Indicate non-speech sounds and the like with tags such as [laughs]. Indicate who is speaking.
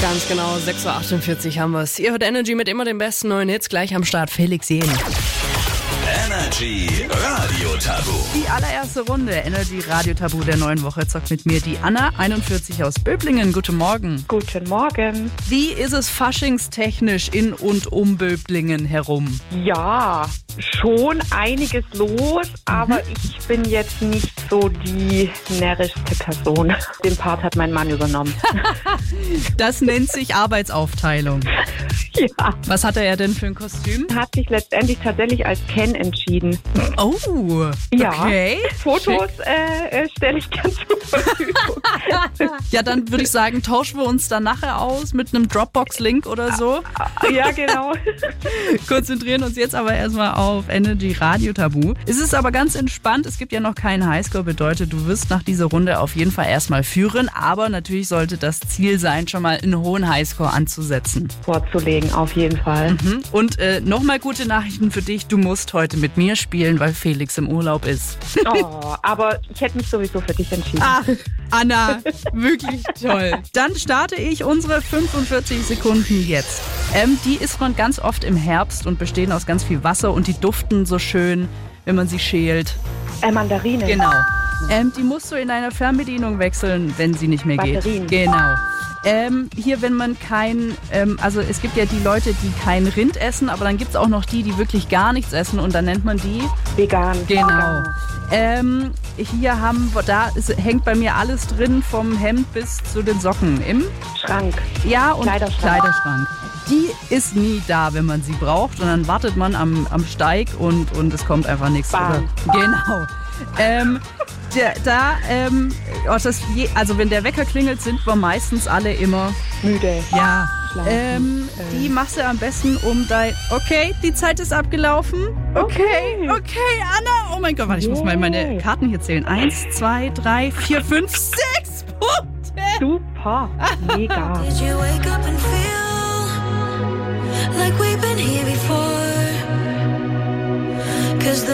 Speaker 1: Ganz genau, 6.48 Uhr haben wir es. Ihr hört Energy mit immer den besten neuen Hits. Gleich am Start Felix Jähn.
Speaker 2: Energy Radio Tabu.
Speaker 3: Die allererste Runde Energy Radio Tabu der neuen Woche zockt mit mir die Anna, 41 aus Böblingen. Guten Morgen.
Speaker 4: Guten Morgen.
Speaker 3: Wie ist es faschingstechnisch in und um Böblingen herum?
Speaker 4: Ja, schon einiges
Speaker 3: Mhm.
Speaker 4: los, aber ich bin jetzt nicht so die närrischste Person. Den Part hat mein
Speaker 3: [laughs]
Speaker 4: Mann übernommen.
Speaker 3: Das nennt sich Arbeitsaufteilung.
Speaker 4: ja.
Speaker 3: Was hatte er denn für ein Kostüm?
Speaker 4: Hat sich letztendlich tatsächlich als Ken entschieden.
Speaker 3: Oh,
Speaker 4: Ja.
Speaker 3: okay.
Speaker 4: Fotos äh, äh, stelle ich ganz zur Verfügung.
Speaker 3: Ja, dann würde ich sagen, tauschen wir uns dann nachher aus mit einem Dropbox-Link oder so. [laughs]
Speaker 4: ja, genau.
Speaker 3: konzentrieren uns jetzt aber erstmal auf Energy Radio Tabu. Es ist aber ganz entspannt. Es gibt ja noch keinen Highscore. Bedeutet, du wirst nach dieser Runde auf jeden Fall erstmal führen. Aber natürlich sollte das Ziel sein, schon mal einen hohen Highscore anzusetzen.
Speaker 4: Vorzulegen, auf jeden Fall.
Speaker 3: Hm? Und äh, nochmal gute Nachrichten für dich. Du musst heute mit mir spielen, weil Felix im Urlaub ist.
Speaker 4: Oh, aber ich hätte mich sowieso für dich entschieden.
Speaker 3: Ach, Anna, wirklich toll. Dann starte ich unsere 45 Sekunden jetzt. Ähm, die isst man ganz oft im Herbst und bestehen aus ganz viel Wasser und die duften so schön, wenn man sie schält.
Speaker 4: Äh, Mandarine.
Speaker 3: Genau. Ähm, die musst du in einer Fernbedienung wechseln, wenn sie nicht mehr
Speaker 4: Batterien.
Speaker 3: geht. Genau. Ähm, hier, wenn man kein, ähm, also es gibt ja die Leute, die kein Rind essen, aber dann gibt es auch noch die, die wirklich gar nichts essen und dann nennt man die
Speaker 4: Vegan.
Speaker 3: Genau. Ähm, hier haben wir, da ist, hängt bei mir alles drin, vom Hemd bis zu den Socken. Im
Speaker 4: Schrank.
Speaker 3: Ja und
Speaker 4: Kleiderschrank.
Speaker 3: Kleiderschrank. Die ist nie da, wenn man sie braucht. Und dann wartet man am, am Steig und, und es kommt einfach nichts.
Speaker 4: Bahn.
Speaker 3: oder- Genau. Ähm, der, da, ähm, oh, das je, also wenn der Wecker klingelt, sind wir meistens alle immer
Speaker 4: Müde.
Speaker 3: ja.
Speaker 4: Schlafen.
Speaker 3: Ähm, die machst du am besten um dein. Okay, die Zeit ist abgelaufen.
Speaker 4: Hm.
Speaker 3: Okay, okay, Anna. Oh mein Gott, warte, ich muss mal meine Karten hier zählen. Eins, zwei, drei, vier, fünf, sechs Punkte. [laughs]
Speaker 4: Super. Mega.
Speaker 5: Did you wake up and feel like we've been here before? 'Cause the